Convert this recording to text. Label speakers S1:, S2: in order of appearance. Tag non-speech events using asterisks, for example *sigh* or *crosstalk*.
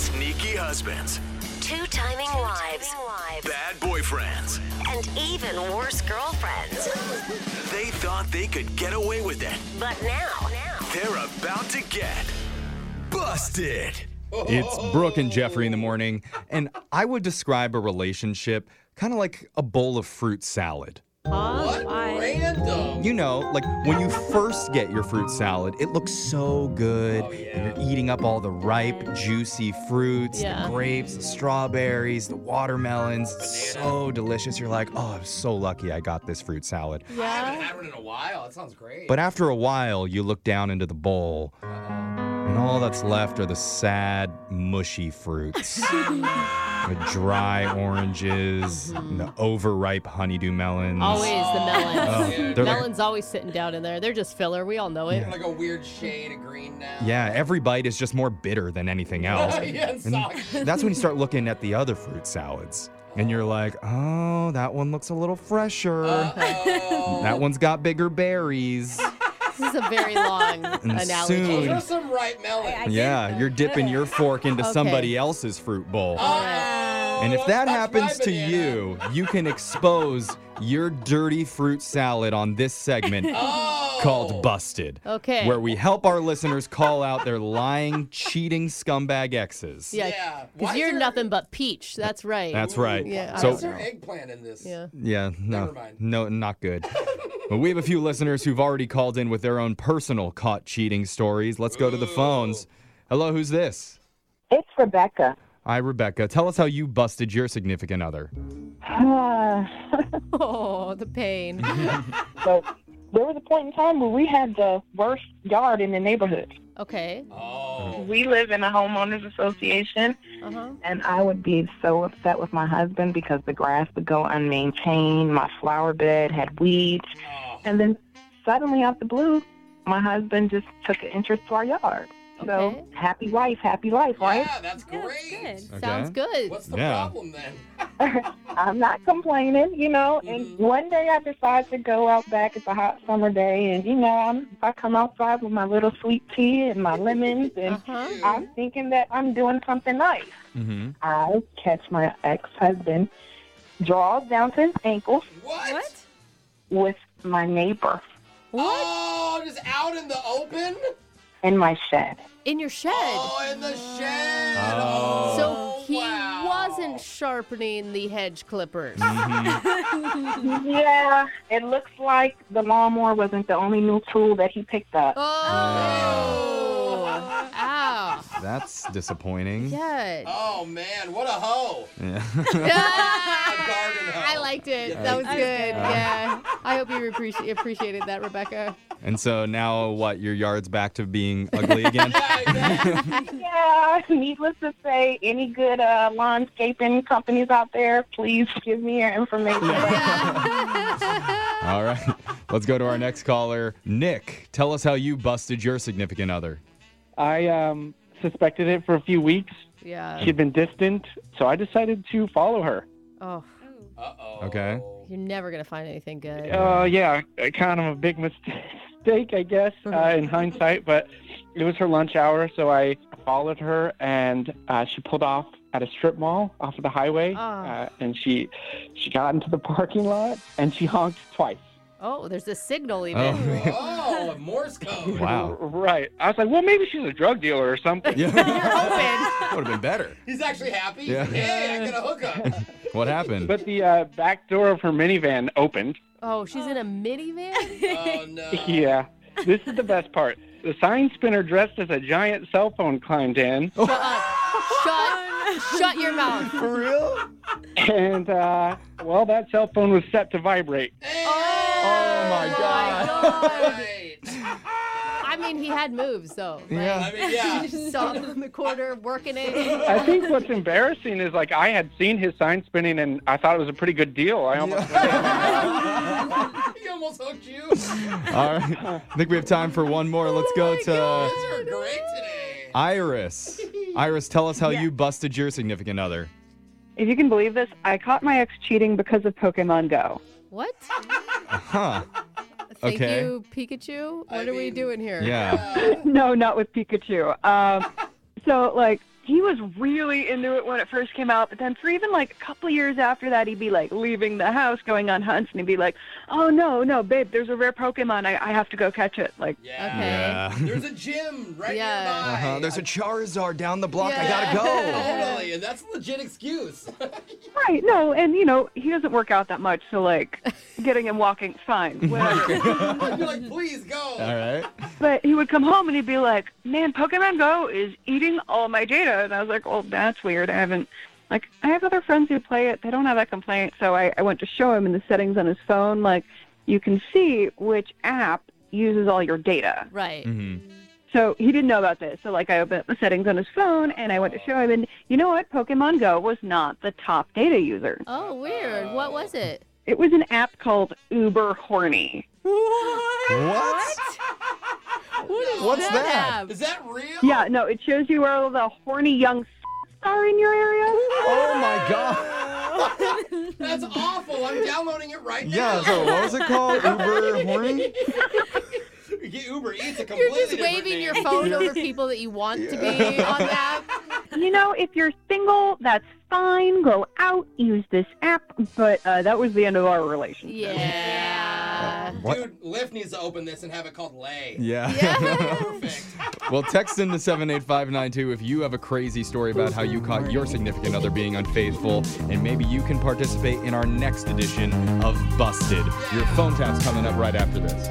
S1: Cranky husbands,
S2: Two timing wives.
S1: bad boyfriends.
S2: And even worse girlfriends.
S1: They thought they could get away with it.
S2: But now, now,
S1: They're about to get busted.
S3: It's Brooke and Jeffrey in the morning, and I would describe a relationship kind of like a bowl of fruit salad.
S4: Random.
S3: You know, like when you first get your fruit salad, it looks so good. And you're eating up all the ripe, juicy fruits,
S5: Yeah.
S3: the grapes, the strawberries, the watermelons. It's So delicious. You're like, oh, I'm so lucky I got this fruit salad.
S4: I haven't
S5: yeah.
S4: had one in a while. That sounds great.
S3: But after a while, you look down into the bowl, and all that's left are the sad, mushy
S5: *laughs*
S3: fruits. the dry oranges, and the overripe honeydew melons.
S5: Always the
S3: Oh,
S5: melons.
S3: they're like-
S5: melons always sitting down in there. They're just filler. We all know it.
S4: like a weird shade of green now.
S3: yeah, every bite is just more bitter than
S5: *laughs*
S3: anything else.
S4: yeah, it sucks.
S3: That's when you start looking at the other fruit salads. And you're like, oh, that one looks a little fresher.
S4: Uh-oh.
S3: That one's got bigger
S5: *laughs*
S3: berries.
S5: This is a
S3: *laughs*
S5: very long analogy.
S3: soon-
S4: Those are some ripe melons.
S3: yeah, you're dipping your fork into
S5: Okay. Oh,
S3: somebody else's fruit bowl.
S4: Uh-oh.
S3: And if
S4: Don't
S3: that
S4: touch my
S3: happens to
S4: banana.
S3: you, you can expose your dirty fruit salad on this segment
S4: *laughs* Oh.
S3: called Busted.
S5: Okay.
S3: Where we help our listeners call out their lying, cheating scumbag exes.
S5: Yeah.
S4: Yeah. Why
S5: Because
S4: is
S5: you're
S4: there-
S5: nothing but peach. That's right.
S3: That's right.
S5: Yeah, I
S4: Why
S3: so
S4: is there eggplant in this?
S5: Yeah.
S3: yeah, no.
S4: Never mind.
S3: No, not good. But we have a few listeners who've already called in with their own personal caught cheating stories. Let's go to the phones. Hello, who's this?
S6: It's *sighs* Rebecca.
S3: Hi, Rebecca. Tell us how you busted your significant other.
S6: Uh,
S5: *laughs* Oh, the pain.
S3: Mm-hmm.
S6: so there was a point in time where we had the worst yard in the neighborhood.
S5: Okay.
S4: Oh.
S6: We live in a homeowners association,
S5: Uh huh.
S6: and I would be so upset with my husband because the grass would go unmaintained, my flower bed had weeds,
S4: Oh.
S6: and then suddenly out the blue, my husband just took an interest to our yard.
S5: Okay.
S6: So happy wife, happy life, right?
S4: Yeah, that's great.
S3: Okay.
S5: Sounds good.
S4: What's the
S3: Yeah.
S4: problem then?
S6: *laughs* I'm not complaining, you know.
S4: Mhm.
S6: And one day I decide to go out back. It's a hot summer day, and you know, I'm, I come outside with my little sweet tea and my lemons,
S5: Uh
S6: and
S5: huh.
S6: I'm thinking that I'm doing something nice.
S3: Mm-hmm.
S6: I catch my ex-husband draws down to his ankles
S4: What?
S5: What?
S6: with my neighbor
S5: What?
S4: Oh, just out in the open?
S6: in my shed.
S5: In your shed.
S4: Oh, in the shed.
S3: Oh.
S5: So
S4: Oh,
S5: he
S4: wow.
S5: wasn't sharpening the hedge clippers.
S3: Mm.
S6: Yeah, it looks like the lawnmower wasn't the only new tool that he picked up.
S5: Oh. Ow.
S3: That's disappointing.
S5: Yeah.
S4: Oh man, what a hoe!
S3: Yeah.
S4: Garden hoe.
S5: I liked it.
S4: Yeah,
S5: that was
S4: I
S5: good. Yeah. I hope you appreci- appreciated that, Rebecca.
S3: and so now what? Your yard's back to being ugly again?
S4: Yeah,
S3: *laughs*
S4: yeah.
S6: Yeah, *laughs* needless to say, any good uh, landscaping companies out there, please give me your information. *laughs*
S3: All right. Let's go to our next caller. Nick, tell us how you busted your significant other.
S7: I um, suspected it for a few weeks.
S5: Yeah.
S7: She'd been distant, so I decided to follow her.
S5: Oh,
S4: Uh-oh.
S3: Okay.
S5: you're never going to find anything good.
S7: Uh, yeah, I- kind of a big *laughs* mistake, I guess, uh, in hindsight, but it was her lunch hour, so I followed her, and uh, she pulled off at a strip mall off of the highway,
S5: Ah.
S7: uh, and she she got into the *laughs* parking lot, and she honked twice.
S5: Oh, there's a signal even.
S3: Oh.
S4: Oh, a Morse code.
S3: *laughs* Wow.
S7: R- Right. I was like, well, maybe she's a drug dealer
S3: *laughs*
S7: or something.
S3: Yeah. that *laughs* would have been better.
S4: He's actually happy.
S3: Yeah.
S4: Hey, I got a hookup.
S3: What happened?
S7: But the uh, back door of her minivan opened.
S5: Oh, she's in a minivan?
S4: *laughs* oh
S5: *laughs*
S4: no.
S7: Yeah. This is the best part. The sign spinner dressed as a giant cell phone climbed in,
S5: shut, shut
S3: *laughs*
S5: your mouth.
S3: For real?
S7: and uh, well, that cell phone was set to vibrate.
S4: Hey,
S3: Oh my god.
S4: right.
S5: I mean, he had moves, though. Like,
S3: Yeah.
S4: I mean, yeah.
S5: Just saw him in the corner working it.
S7: I think what's embarrassing is like I had seen his sign spinning, and I thought it was a pretty good deal. I almost
S4: *laughs* He almost hooked you.
S3: All right. I think we have time for one more. Let's go to
S4: Kids are great today.
S3: Iris. Iris, tell us how you busted your significant other.
S8: If you can believe this, I caught my ex cheating because of Pokemon Go.
S5: What?
S3: Huh.
S5: Thank
S3: Okay.
S5: you, Pikachu. What
S4: I
S5: are we
S4: mean-
S5: doing here?
S3: Yeah.
S8: No, not with Pikachu. Um, so, like,
S6: he was really into it when it first came out, but then for even like a couple of years after that, he'd be like leaving the house, going on hunts, and he'd be like, "Oh no, no, babe, there's a rare Pokemon. I, I have to go catch it." Like,
S4: Yeah.
S5: Okay.
S3: Yeah.
S4: There's a gym right
S5: Yeah.
S4: nearby.
S3: Uh-huh. There's a Charizard down the block. I
S5: Yeah.
S3: gotta go.
S4: Totally, and that's a legit excuse. *laughs*
S6: right? No, and you know he doesn't work out that much, so like getting him walking, fine, whatever.
S4: I'd be like, please go.
S3: *laughs* All right.
S6: But he would come home and he'd be like, "Man, Pokemon Go is eating all my data," and I was like, "Well, that's weird. I haven't." Like I have other friends who play it, they don't have that complaint. So I, I went to show him in the settings on his phone, like you can see which app uses all your data.
S5: Right.
S3: hmm
S6: So he didn't know about this. So like I opened up the settings on his phone and I went to show him, and you know what? Pokemon Go was not the top data user.
S5: Oh, weird. What was it?
S6: It was an app called Uber Horny.
S3: What?
S5: What is
S3: What's that?
S5: app?
S4: Is that real?
S6: Yeah, no, it shows you where all the horny young are in your area.
S3: Oh my *laughs* god.
S4: That's awful. I'm downloading it right
S3: Yeah.
S4: now. *laughs*
S3: So what was it called? Uber horny?
S4: Get Uber Eats a completely
S5: You're just
S4: different
S5: waving
S4: name.
S5: your phone over people that you want to be on the app.
S6: You know, if you're single, that's fine. Go out, use this app. But uh, that was the end of our relationship.
S5: Yeah.
S3: What?
S4: Dude, Lyft needs to open this and have it called Lay.
S3: Yeah.
S4: Perfect.
S3: well, text into 78592 if you have a crazy story about how you caught your significant other being unfaithful, and maybe you can participate in our next edition of Busted. Your phone tap's coming up right after this.